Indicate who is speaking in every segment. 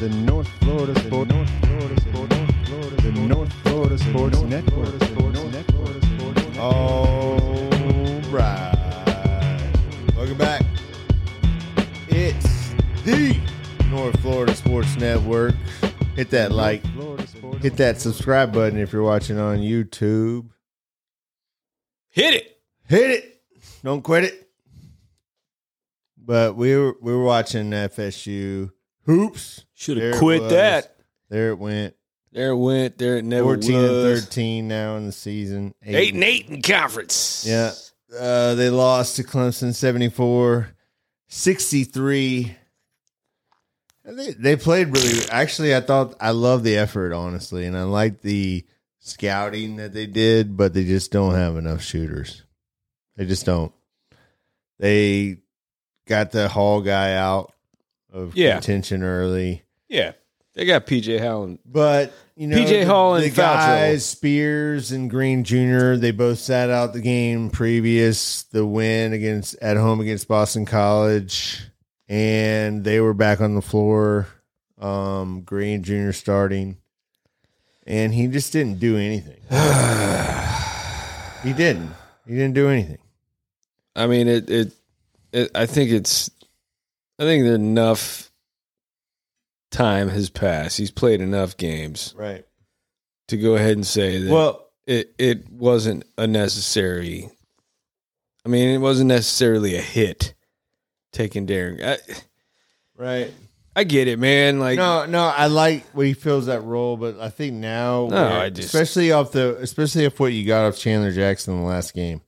Speaker 1: The North Florida Sports North Florida Sports North Florida The North Florida Sports Network Sports Network Sports
Speaker 2: All right. Welcome back. It's the North Florida Sports Network. Hit that like,
Speaker 1: Florida Sports
Speaker 2: hit that subscribe button if you're watching on YouTube.
Speaker 3: Hit it.
Speaker 2: Hit it. Don't quit it. But we were we were watching FSU hoops.
Speaker 3: Should
Speaker 2: There
Speaker 3: have
Speaker 2: it
Speaker 3: quit
Speaker 2: was.
Speaker 3: that.
Speaker 2: There it went.
Speaker 3: There it went. There it never
Speaker 2: 14 and
Speaker 3: was.
Speaker 2: 13 now in the season.
Speaker 3: Eight and eight in conference.
Speaker 2: Yeah. Uh, they lost to Clemson 74 63. And They, they played really. Actually, I thought I love the effort, honestly, and I like the scouting that they did, but they just don't have enough shooters. They just don't. They got the Hall guy out of
Speaker 3: Yeah.
Speaker 2: contention early.
Speaker 3: Yeah. They got PJ Howland.
Speaker 2: But you know,
Speaker 3: P.J.
Speaker 2: the-
Speaker 3: Hall and
Speaker 2: the
Speaker 3: Falco.
Speaker 2: guys Spears and Green Jr. They both sat out the game previous the win against at home against Boston College, and they were back on the floor. Um, Green Jr. starting, and he just didn't do anything. he didn't. He didn't do anything.
Speaker 3: I mean, it, it, it, I think it's, I think that enough time has passed. He's played enough games
Speaker 2: Right.
Speaker 3: to go ahead and say that
Speaker 2: Well,
Speaker 3: it, it wasn't a necessary, I mean, it wasn't necessarily a hit taking Darren. I,
Speaker 2: right.
Speaker 3: I get it, man. Like,
Speaker 2: no, no, I like when he fills that role, but I think now,
Speaker 3: No,
Speaker 2: we're-
Speaker 3: I just-
Speaker 2: especially off the, especially off what you got off Chandler Jackson in the last game,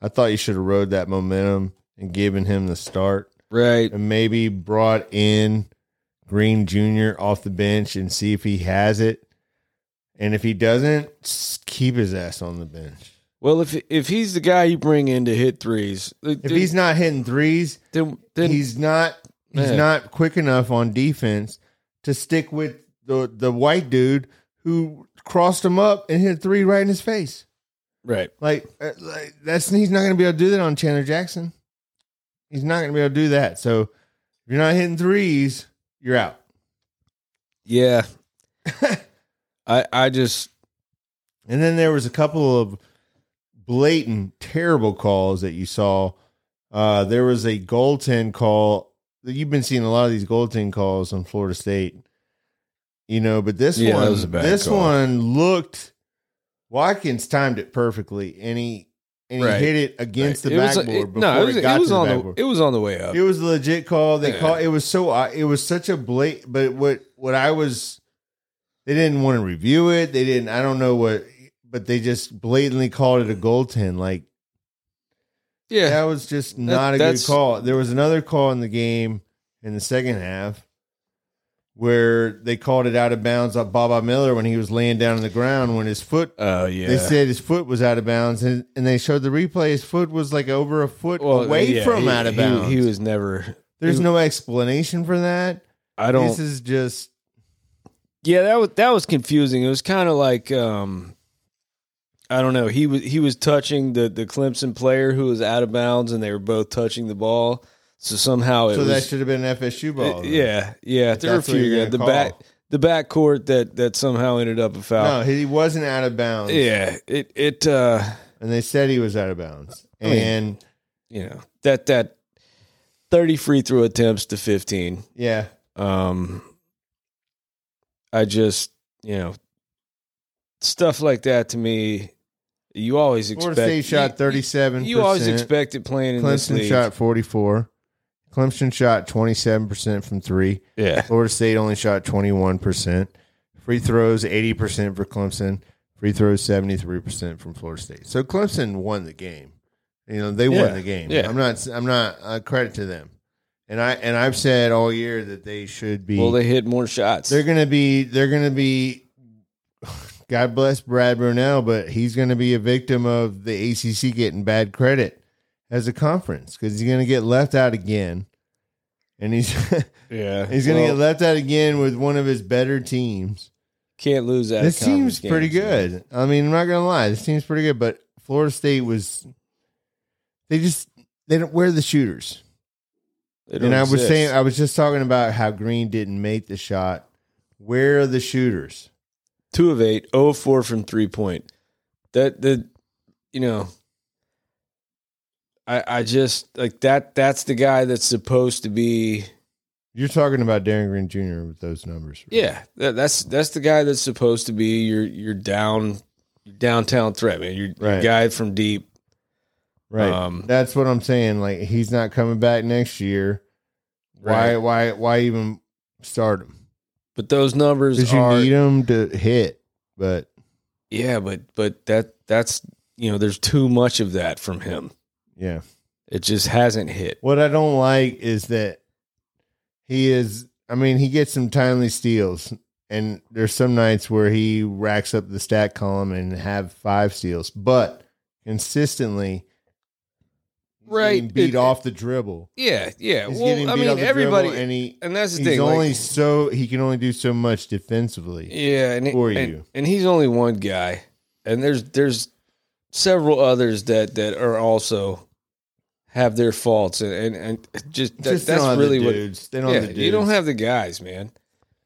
Speaker 2: I thought you should have rode that momentum and given him the start,
Speaker 3: right.
Speaker 2: and maybe brought in Green Jr. off the bench and see if he has it, and if he doesn't, s- keep his ass on the bench.
Speaker 3: Well, if, if he's the guy you bring in to hit threes,
Speaker 2: If he's not hitting threes,
Speaker 3: then, then
Speaker 2: he's not he's
Speaker 3: Yeah.
Speaker 2: not quick enough on defense to stick with the the white dude who crossed him up and hit three right in his face.
Speaker 3: right.
Speaker 2: Like, uh, like that's he's not going to be able to do that on Chandler Jackson. He's not going to be able to do that. So if you're not hitting threes, you're out.
Speaker 3: Yeah. I I just
Speaker 2: And then there was a couple of blatant terrible calls that you saw. Uh, there was a goaltend call. You've been seeing a lot of these goaltend calls on Florida State, you know. But this
Speaker 3: Yeah, that
Speaker 2: one,
Speaker 3: was a bad
Speaker 2: this
Speaker 3: call.
Speaker 2: one looked. Watkins timed it perfectly, and he and he
Speaker 3: Right.
Speaker 2: hit it against
Speaker 3: it
Speaker 2: the
Speaker 3: was-
Speaker 2: backboard
Speaker 3: it-
Speaker 2: before
Speaker 3: no, it was,
Speaker 2: it, got
Speaker 3: it was
Speaker 2: to the
Speaker 3: on
Speaker 2: backboard.
Speaker 3: the it was on the way up.
Speaker 2: It was a legit call. They
Speaker 3: Yeah.
Speaker 2: call it was so uh, it was such a blat But what what I was, they didn't want to review it. They didn't. I don't know what, but they just blatantly called it a goaltend. Like
Speaker 3: yeah.
Speaker 2: that was just not a good
Speaker 3: that's-
Speaker 2: call. There was another call in the game in the second half where they called it out of bounds on Baba Miller when he was laying down on the ground when his foot.
Speaker 3: Oh yeah.
Speaker 2: They said his foot was out of bounds, and, and they showed the replay. His foot was like over a foot away
Speaker 3: yeah,
Speaker 2: from
Speaker 3: he-
Speaker 2: out of
Speaker 3: he-
Speaker 2: bounds.
Speaker 3: He, was never
Speaker 2: There's
Speaker 3: he-
Speaker 2: no explanation for that.
Speaker 3: I don't
Speaker 2: This is just
Speaker 3: Yeah, that was that was confusing. It was kind of like um I don't know. He was he was touching the the Clemson player who was out of bounds and they were both touching the ball. So somehow it
Speaker 2: so
Speaker 3: was
Speaker 2: that should have been an FSU ball.
Speaker 3: it- yeah, yeah. There were a
Speaker 2: that's what you're
Speaker 3: few
Speaker 2: gonna
Speaker 3: the
Speaker 2: call.
Speaker 3: back the back court that that somehow ended up a
Speaker 2: No,
Speaker 3: foul.
Speaker 2: he wasn't out of bounds.
Speaker 3: yeah, it it uh
Speaker 2: And they said he was out of bounds.
Speaker 3: I mean-
Speaker 2: And
Speaker 3: you know that that 30 free throw attempts to 15
Speaker 2: yeah.
Speaker 3: um i just you know stuff like that to me you always expect
Speaker 2: Florida State shot thirty
Speaker 3: you,
Speaker 2: seven.
Speaker 3: you always expect it playing in this
Speaker 2: Clemson
Speaker 3: league.
Speaker 2: shot forty four. Clemson shot twenty seven percent from three.
Speaker 3: yeah
Speaker 2: Florida State only shot twenty one percent. Free throws eighty percent for Clemson. Free throws seventy three percent from Florida State. So Clemson won the game. You know they
Speaker 3: Yeah.
Speaker 2: won the game.
Speaker 3: Yeah.
Speaker 2: I'm not. I'm not. Uh, credit to them. And I and I've said all year that they should be.
Speaker 3: well they hit more shots
Speaker 2: They're gonna be. They're gonna be. God bless Brad Brunell, but he's gonna be a victim of the ACC getting bad credit as a conference because he's gonna get left out again, and he's
Speaker 3: yeah
Speaker 2: he's gonna
Speaker 3: Well,
Speaker 2: get left out again with one of his better teams.
Speaker 3: can't lose that
Speaker 2: This team's pretty good. I mean, I'm not gonna lie, this team's pretty good. But Florida State was. They just they don't wear the shooters.
Speaker 3: They don't
Speaker 2: and I was
Speaker 3: exist.
Speaker 2: saying, I was just talking about how Green didn't make the shot. Where are the shooters?
Speaker 3: two of eight, oh of four from three point. That the you know I I just like that that's the guy that's supposed to be
Speaker 2: You're talking about Darren Green Jr. with those numbers. right?
Speaker 3: yeah, that, that's that's the guy that's supposed to be your your down your downtown threat, man. Your, your
Speaker 2: Right.
Speaker 3: guy from deep.
Speaker 2: right.
Speaker 3: Um,
Speaker 2: That's what I'm saying. Like he's not coming back next year.
Speaker 3: Right.
Speaker 2: Why? Why? Why even start him?
Speaker 3: But those numbers
Speaker 2: Because you
Speaker 3: are
Speaker 2: need him to hit. But
Speaker 3: yeah, but but that that's you know there's too much of that from him.
Speaker 2: yeah,
Speaker 3: It just hasn't hit.
Speaker 2: what I don't like is that he is. I mean, he gets some timely steals, and there's some nights where he racks up the stat column and have five steals, but consistently he's
Speaker 3: Right.
Speaker 2: getting beat
Speaker 3: It-
Speaker 2: off the dribble.
Speaker 3: Yeah, yeah.
Speaker 2: He's
Speaker 3: well,
Speaker 2: getting
Speaker 3: I
Speaker 2: beat off
Speaker 3: mean
Speaker 2: the
Speaker 3: everybody
Speaker 2: dribble, and he
Speaker 3: and that's the
Speaker 2: he's
Speaker 3: thing. like-
Speaker 2: only so he can only do so much defensively.
Speaker 3: Yeah, and,
Speaker 2: for
Speaker 3: and,
Speaker 2: you.
Speaker 3: and he's only one guy, and there's there's several others that that are also have their faults, and and, and just, that,
Speaker 2: they don't
Speaker 3: that's
Speaker 2: have the
Speaker 3: really what.
Speaker 2: dudes. they don't
Speaker 3: Yeah,
Speaker 2: have the dudes.
Speaker 3: you don't have the guys, man.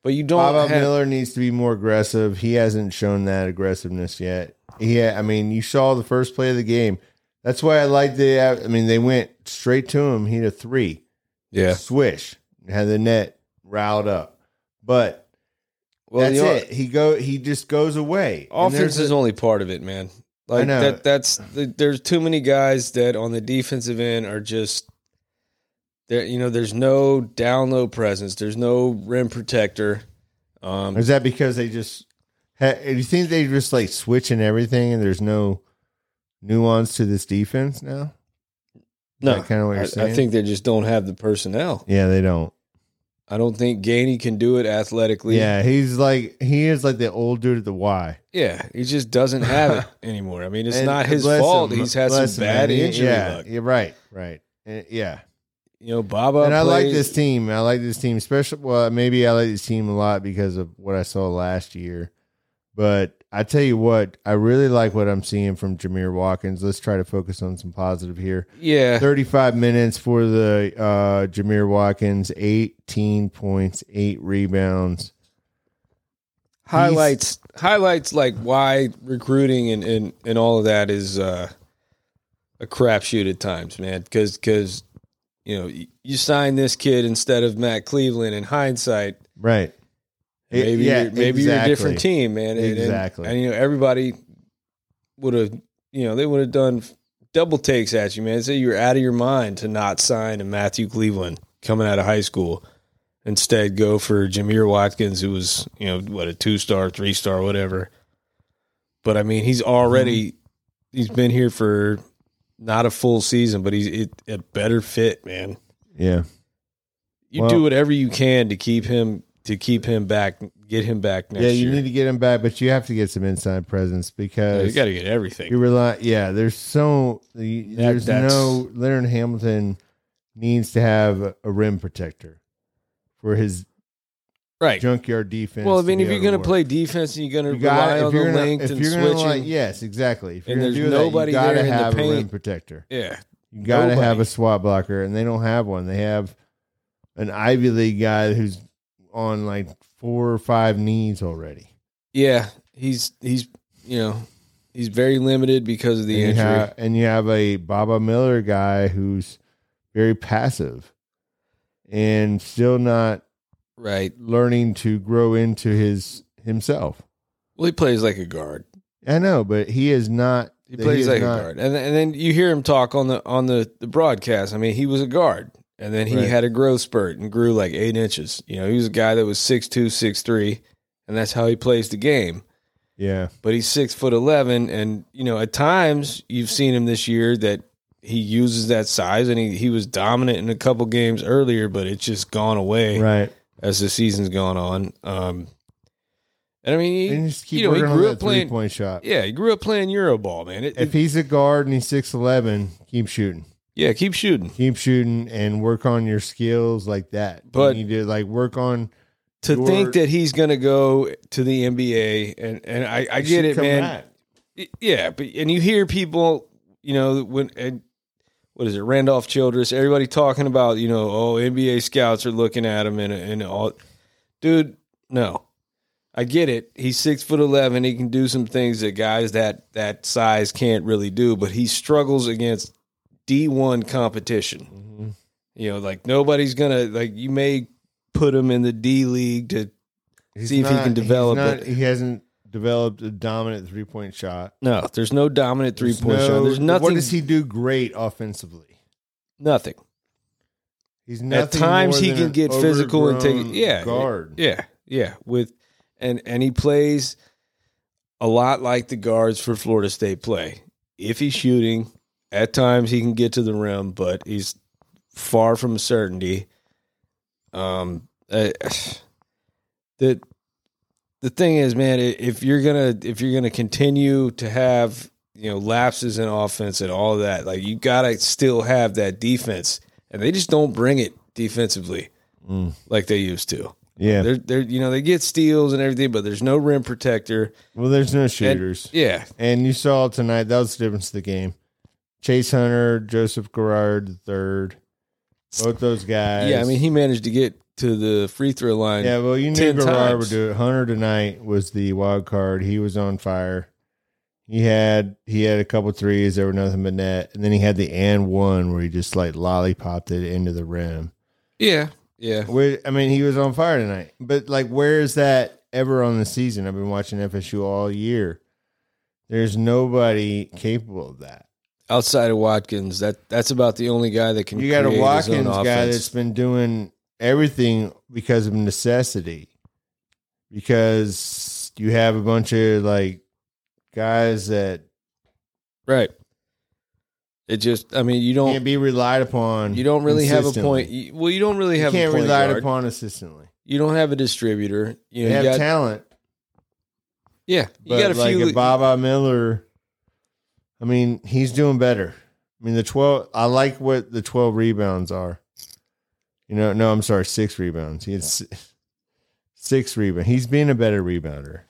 Speaker 3: But you don't
Speaker 2: Bob
Speaker 3: have
Speaker 2: Miller needs to be more aggressive. He hasn't shown that aggressiveness yet. Yeah, I mean, you saw the first play of the game. That's why I like the. uh, I mean, they went straight to him. He had a three
Speaker 3: yeah.
Speaker 2: swish, had the net riled up. But
Speaker 3: Well,
Speaker 2: that's
Speaker 3: you know,
Speaker 2: it. He go. He just goes away. And
Speaker 3: Offense
Speaker 2: there's
Speaker 3: is
Speaker 2: a-
Speaker 3: only part of it, man. Like
Speaker 2: know.
Speaker 3: that. That's there's too many guys that on the defensive end are just there. You know, there's no down low presence. There's no rim protector. Um,
Speaker 2: Is that because they just? ha- Do you think they just like switching everything and there's no nuance to this defense now?
Speaker 3: no,
Speaker 2: that kinda what you're
Speaker 3: I- I,
Speaker 2: saying?
Speaker 3: think they just don't have the personnel.
Speaker 2: Yeah, they don't.
Speaker 3: I don't think Gainey can do it athletically.
Speaker 2: Yeah, he's like he is like the old dude at the Y.
Speaker 3: yeah, he just doesn't have it anymore. I mean, it's
Speaker 2: And
Speaker 3: not his
Speaker 2: bless
Speaker 3: fault.
Speaker 2: him,
Speaker 3: He's had some
Speaker 2: bless him,
Speaker 3: bad
Speaker 2: man. He-
Speaker 3: injury
Speaker 2: Yeah,
Speaker 3: luck.
Speaker 2: yeah, right, right. And- yeah,
Speaker 3: You know, Baba.
Speaker 2: and I like
Speaker 3: plays-
Speaker 2: this team. I like this team, especially. Well, maybe I like this team a lot because of what I saw last year. But I tell you what, I really like what I'm seeing from Jameer Watkins. Let's try to focus on some positive here.
Speaker 3: Yeah,
Speaker 2: 35 minutes for the uh, Jameer Watkins, 18 points, eight rebounds.
Speaker 3: highlights highlights like why recruiting and and, and all of that is uh, a crapshoot at times, man. Because because you know y- you sign this kid instead of Matt Cleveland. In hindsight,
Speaker 2: Right. It-
Speaker 3: maybe
Speaker 2: yeah,
Speaker 3: you're, maybe you're a different
Speaker 2: exactly.
Speaker 3: team, man. And- and-
Speaker 2: Exactly.
Speaker 3: And, you know everybody would have you know they would have done double takes at you, man. Say you're out of your mind to not sign a Matthew Cleveland coming out of high school. Instead, go for Jameer Watkins, who was you know what a two star, three star, whatever. But I mean, he's already
Speaker 2: Mm-hmm.
Speaker 3: he's been here for not a full season, but he's it, a better fit, man
Speaker 2: Yeah.
Speaker 3: you
Speaker 2: Well-
Speaker 3: do whatever you can to keep him to keep him back, get him back next
Speaker 2: yeah, you
Speaker 3: year.
Speaker 2: need to get him back, but you have to get some inside presence
Speaker 3: Yeah,
Speaker 2: because
Speaker 3: you got to get everything.
Speaker 2: You rely, yeah. There's so you,
Speaker 3: That-
Speaker 2: there's
Speaker 3: that's-
Speaker 2: no Leonard Hamilton needs to have a rim protector for his
Speaker 3: right.
Speaker 2: junkyard defense.
Speaker 3: Well, I mean,
Speaker 2: to
Speaker 3: if
Speaker 2: be
Speaker 3: you're
Speaker 2: able
Speaker 3: going to
Speaker 2: work.
Speaker 3: play defense and you're going
Speaker 2: You
Speaker 3: to rely
Speaker 2: gotta-
Speaker 3: on
Speaker 2: if
Speaker 3: the
Speaker 2: you're gonna-
Speaker 3: length
Speaker 2: if
Speaker 3: and
Speaker 2: you're gonna, like,
Speaker 3: switching,
Speaker 2: yes, exactly. If you're
Speaker 3: and
Speaker 2: going
Speaker 3: there's
Speaker 2: to do nobody
Speaker 3: nobody
Speaker 2: that, you gotta
Speaker 3: there in the
Speaker 2: have a rim
Speaker 3: paint.
Speaker 2: protector.
Speaker 3: yeah,
Speaker 2: You gotta have
Speaker 3: Nobody.
Speaker 2: a swat blocker, and they don't have one. They have an Ivy League guy who's on like four or five knees already.
Speaker 3: yeah, he's he's you know he's very limited because of the
Speaker 2: and
Speaker 3: injury.
Speaker 2: You have, and you have a Baba Miller guy who's very passive and still not
Speaker 3: right.
Speaker 2: learning to grow into his himself.
Speaker 3: Well, he plays like a guard.
Speaker 2: I know, but he is not.
Speaker 3: He
Speaker 2: that
Speaker 3: plays
Speaker 2: is
Speaker 3: like
Speaker 2: not-
Speaker 3: a guard, and and then you hear him talk on the on the, the broadcast. I mean, he was a guard, and then he
Speaker 2: Right.
Speaker 3: had a growth spurt and grew like eight inches. You know, he was a guy that was six two, six three, and that's how he plays the game.
Speaker 2: Yeah,
Speaker 3: but he's six foot eleven, and you know at times you've seen him this year that he uses that size, and he he was dominant in a couple games earlier, but it's just gone away
Speaker 2: right.
Speaker 3: as the season's gone on. Um, and I
Speaker 2: And
Speaker 3: mean,
Speaker 2: you
Speaker 3: he,
Speaker 2: just keep
Speaker 3: you know, he
Speaker 2: working on
Speaker 3: grew up
Speaker 2: that
Speaker 3: playing.
Speaker 2: three point shot.
Speaker 3: Yeah, he grew up playing Euroball, man. It,
Speaker 2: If
Speaker 3: it-
Speaker 2: he's a guard and he's six eleven, keep shooting,
Speaker 3: yeah, keep shooting
Speaker 2: keep shooting, and work on your skills like that.
Speaker 3: But-
Speaker 2: you need to like work on.
Speaker 3: to
Speaker 2: Your-
Speaker 3: think that he's gonna go to the NBA, and and I, I get
Speaker 2: should
Speaker 3: it,
Speaker 2: come
Speaker 3: man.
Speaker 2: back.
Speaker 3: Y- yeah but and you hear people you know when and what is it, Randolph Childress, everybody talking about, you know, oh, NBA scouts are looking at him and, and all. Dude, no. I get it. He's six foot eleven. He can do some things that guys that that size can't really do. But he struggles against D one competition.
Speaker 2: Mm-hmm.
Speaker 3: You know, like nobody's gonna like. You may put him in the D league to
Speaker 2: He's
Speaker 3: See if he can
Speaker 2: he's
Speaker 3: develop it.
Speaker 2: He hasn't developed a dominant three point shot.
Speaker 3: no. There's no dominant three
Speaker 2: There's
Speaker 3: point shot.
Speaker 2: no-
Speaker 3: There's nothing.
Speaker 2: What does he do great offensively?
Speaker 3: nothing.
Speaker 2: He's nothing.
Speaker 3: times
Speaker 2: more
Speaker 3: he
Speaker 2: than
Speaker 3: can
Speaker 2: an
Speaker 3: get physical and take-
Speaker 2: overgrown
Speaker 3: yeah.
Speaker 2: guard.
Speaker 3: Yeah, yeah. With and and he plays a lot like the guards for Florida State play. If he's shooting, at times he can get to the rim, but he's far from a certainty. Um, uh, the the thing is, man, i- if you're gonna if you're gonna continue to have you know lapses in offense and all that, like you gotta still have that defense, and they just don't bring it defensively
Speaker 2: Mm.
Speaker 3: like they used to.
Speaker 2: yeah.
Speaker 3: They're they're you know they get steals and everything, but there's no rim protector.
Speaker 2: well, there's no shooters.
Speaker 3: Yeah,
Speaker 2: And you saw tonight that was the difference of the game. Chase Hunter, Joseph Garrard the third, both those guys.
Speaker 3: yeah. I mean, he managed to get to the free throw line.
Speaker 2: yeah. Well, you knew
Speaker 3: 10
Speaker 2: Garrard
Speaker 3: times.
Speaker 2: would do it. Hunter tonight was the wild card. He was on fire. He had he had a couple threes. There were nothing but net, and then he had the and one where he just like lollipopped it into the rim.
Speaker 3: yeah, yeah.
Speaker 2: Where, I mean, he was on fire tonight. But like, where is that ever on the season? I've been watching FSU all year. There's nobody capable of that.
Speaker 3: Outside of Watkins, that that's about the only guy that can.
Speaker 2: You got a
Speaker 3: create his own
Speaker 2: Watkins guy
Speaker 3: offense.
Speaker 2: that's been doing everything because of necessity. Because you have a bunch of like guys that
Speaker 3: right. It just, I mean, you
Speaker 2: can't
Speaker 3: don't
Speaker 2: be relied upon.
Speaker 3: you don't really have a
Speaker 2: consistently.
Speaker 3: point. you- Well, you don't really
Speaker 2: You
Speaker 3: have a
Speaker 2: can't
Speaker 3: point
Speaker 2: rely
Speaker 3: guard.
Speaker 2: upon consistently.
Speaker 3: You don't have a distributor.
Speaker 2: You,
Speaker 3: You know, you
Speaker 2: have
Speaker 3: got,
Speaker 2: talent,
Speaker 3: yeah,
Speaker 2: but
Speaker 3: you got a
Speaker 2: like
Speaker 3: few.
Speaker 2: a Baba Miller. I mean, he's doing better. I mean, the twelve. I like what the twelve rebounds are. You know, no, I'm sorry, six rebounds. He had s- six rebounds. He's being a better rebounder,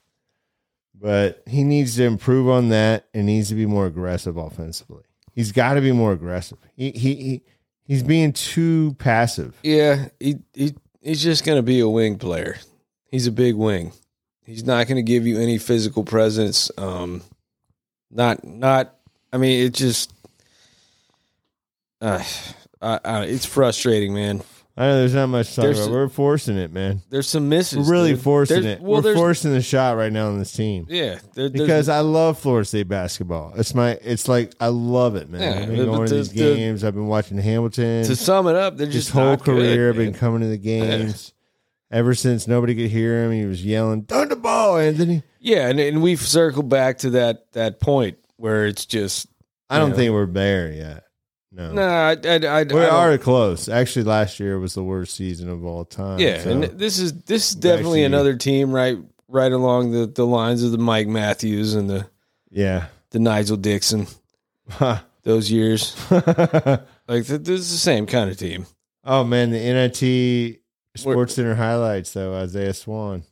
Speaker 2: but he needs to improve on that and needs to be more aggressive offensively. He's got to be more aggressive. He, he he he's being too passive.
Speaker 3: yeah, he he he's just gonna be a wing player. He's a big wing. He's not gonna give you any physical presence. Um, not not. I mean, it just. Uh, I, I, it's frustrating, man.
Speaker 2: I know there's not much to talk
Speaker 3: There's-
Speaker 2: about. We're forcing it, man.
Speaker 3: There's some misses.
Speaker 2: We're really
Speaker 3: dude.
Speaker 2: forcing
Speaker 3: There's-
Speaker 2: it.
Speaker 3: Well,
Speaker 2: We're
Speaker 3: there's
Speaker 2: forcing the shot right now on this team.
Speaker 3: yeah, there, there's-
Speaker 2: because I love Florida State basketball. It's my, it's like I love it, man.
Speaker 3: Yeah,
Speaker 2: I've
Speaker 3: but
Speaker 2: been going
Speaker 3: the-
Speaker 2: to these
Speaker 3: the-
Speaker 2: games. I've been watching Hamilton
Speaker 3: to sum it up, they're
Speaker 2: his
Speaker 3: just
Speaker 2: whole
Speaker 3: not good,
Speaker 2: career. I've
Speaker 3: man.
Speaker 2: been coming to the games ever since nobody could hear him. He was yelling, "Throw the ball, Anthony!"
Speaker 3: Yeah, and, and we've circled back to that that point where it's just
Speaker 2: I don't
Speaker 3: Yeah.
Speaker 2: think we're there yet. No,
Speaker 3: nah. I, I, I,
Speaker 2: we
Speaker 3: I don't-
Speaker 2: are close. Actually, last year was the worst season of all time.
Speaker 3: Yeah,
Speaker 2: so-
Speaker 3: and this is this is
Speaker 2: Back
Speaker 3: definitely
Speaker 2: to you.
Speaker 3: another team right right along the, the lines of the Mike Matthews and the
Speaker 2: yeah.
Speaker 3: the Nigel Dixon those years. Like th- this is the same kind of team.
Speaker 2: oh man, the NIT
Speaker 3: We're-
Speaker 2: Sports Center highlights though. Isaiah Swan.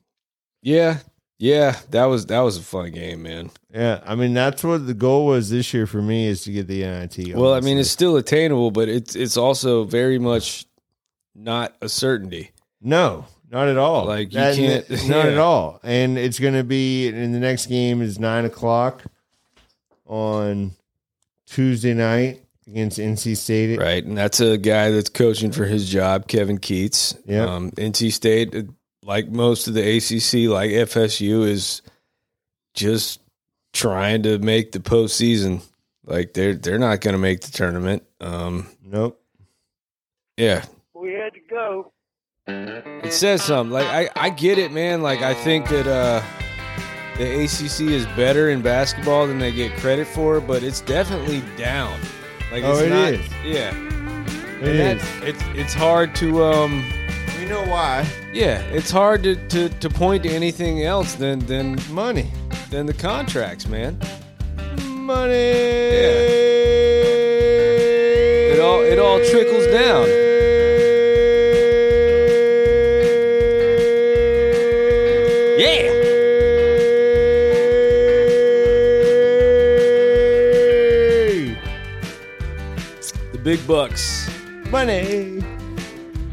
Speaker 3: Yeah, yeah. That was that was a fun game, man.
Speaker 2: Yeah, I mean that's what the goal was this year for me is to get the NIT.
Speaker 3: Well, I mean
Speaker 2: honestly.
Speaker 3: it's still attainable, but it's it's also very much not a certainty.
Speaker 2: no, not at all.
Speaker 3: Like, you
Speaker 2: That-
Speaker 3: can't-
Speaker 2: not
Speaker 3: yeah.
Speaker 2: at all. And it's going to be in the next game is nine o'clock on Tuesday night against NC State.
Speaker 3: Right. And that's a guy that's coaching for his job, Kevin Keats.
Speaker 2: Yeah.
Speaker 3: Um, NC State, uh, like most of the ACC, like FSU, is just trying to make the postseason. Like they're they're not going to make the tournament. Um,
Speaker 2: Nope.
Speaker 3: yeah,
Speaker 4: we had to go.
Speaker 3: it says something. Like I, I get it, man. Like I think that uh, the ACC is better in basketball than they get credit for, but it's definitely down. Like
Speaker 2: Oh,
Speaker 3: it's
Speaker 2: it
Speaker 3: not,
Speaker 2: is.
Speaker 3: Yeah,
Speaker 2: It
Speaker 3: and
Speaker 2: is.
Speaker 3: that's it's it's hard to um.
Speaker 2: We know why.
Speaker 3: Yeah, it's hard to, to, to point to anything else than than
Speaker 2: Money.
Speaker 3: than the contracts, man.
Speaker 2: Money.
Speaker 3: It all it all trickles down. Yeah. The Big bucks.
Speaker 2: Money.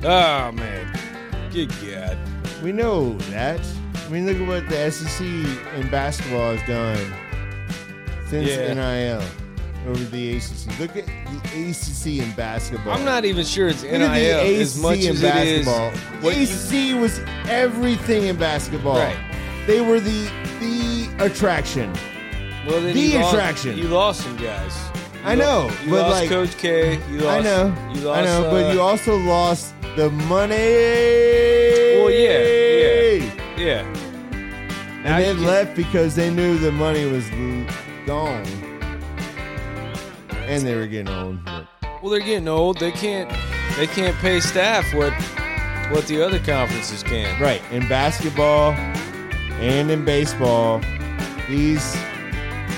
Speaker 3: Oh man. Good God.
Speaker 2: We know that. I mean, look at what the SEC in basketball has done since
Speaker 3: Yeah.
Speaker 2: NIL over the ACC. Look at the ACC in basketball.
Speaker 3: I'm not even sure it's
Speaker 2: Look
Speaker 3: NIL
Speaker 2: at the
Speaker 3: as much
Speaker 2: ACC in
Speaker 3: as it is.
Speaker 2: basketball.
Speaker 3: what you-
Speaker 2: The ACC was everything in basketball.
Speaker 3: Right.
Speaker 2: They were the the attraction.
Speaker 3: well, then
Speaker 2: the
Speaker 3: you lost-
Speaker 2: attraction.
Speaker 3: you lost some guys. You
Speaker 2: I know,
Speaker 3: lo- you
Speaker 2: but,
Speaker 3: lost
Speaker 2: like-
Speaker 3: Coach K. You lost.
Speaker 2: I know.
Speaker 3: You lost.
Speaker 2: I know, but
Speaker 3: uh,
Speaker 2: you also lost the money.
Speaker 3: Well, yeah, yeah. Yeah.
Speaker 2: And
Speaker 3: Now
Speaker 2: they
Speaker 3: you can-
Speaker 2: left because they knew the money was l- gone. And they were getting old. but-
Speaker 3: Well, they're getting old. They can't. They can't pay staff what what the other conferences can.
Speaker 2: Right. In basketball and in baseball, these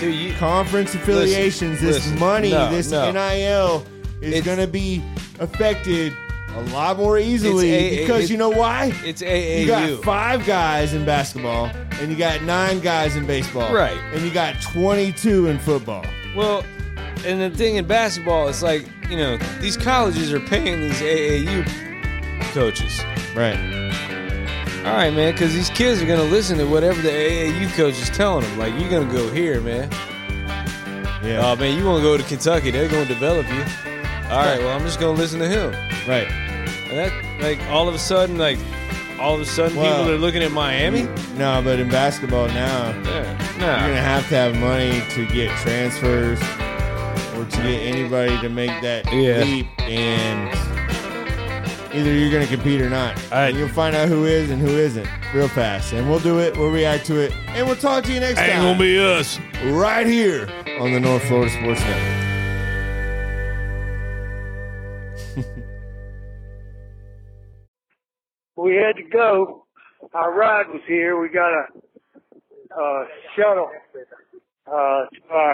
Speaker 3: Dude, you,
Speaker 2: conference affiliations, this
Speaker 3: listen,
Speaker 2: money,
Speaker 3: no,
Speaker 2: this
Speaker 3: no.
Speaker 2: NIL is
Speaker 3: It's-
Speaker 2: going to be affected a lot more easily
Speaker 3: It's a-
Speaker 2: because
Speaker 3: it-
Speaker 2: you know why?
Speaker 3: it's
Speaker 2: You got
Speaker 3: AAU.
Speaker 2: five guys in basketball, and you got nine guys in baseball,
Speaker 3: Right.
Speaker 2: And you got twenty-two in football.
Speaker 3: Well, and the thing in basketball, it's like you know these colleges are paying these AAU coaches.
Speaker 2: Right.
Speaker 3: All right, man, because these kids are gonna listen to whatever the AAU coach is telling them. Like you're gonna go here, man.
Speaker 2: Yeah.
Speaker 3: Oh man, you want to go to Kentucky? They're gonna develop you. All right, well I'm just gonna listen to him.
Speaker 2: right.
Speaker 3: And that, like, all of a sudden, like, all of a sudden,
Speaker 2: Well-
Speaker 3: people are looking at Miami.
Speaker 2: No, but in basketball now, you're
Speaker 3: Yeah,
Speaker 2: gonna
Speaker 3: nah.
Speaker 2: have to have money to get transfers or to get anybody to make that
Speaker 3: Yeah.
Speaker 2: leap, and either you're gonna compete or not.
Speaker 3: I-
Speaker 2: and you'll find out who is and who isn't real fast, and we'll do it. We'll react to it, and we'll talk to you next time.
Speaker 3: be us.
Speaker 2: right here on the North Florida Sports Network.
Speaker 4: we had to go. Our ride was here. We got a uh, shuttle uh, to our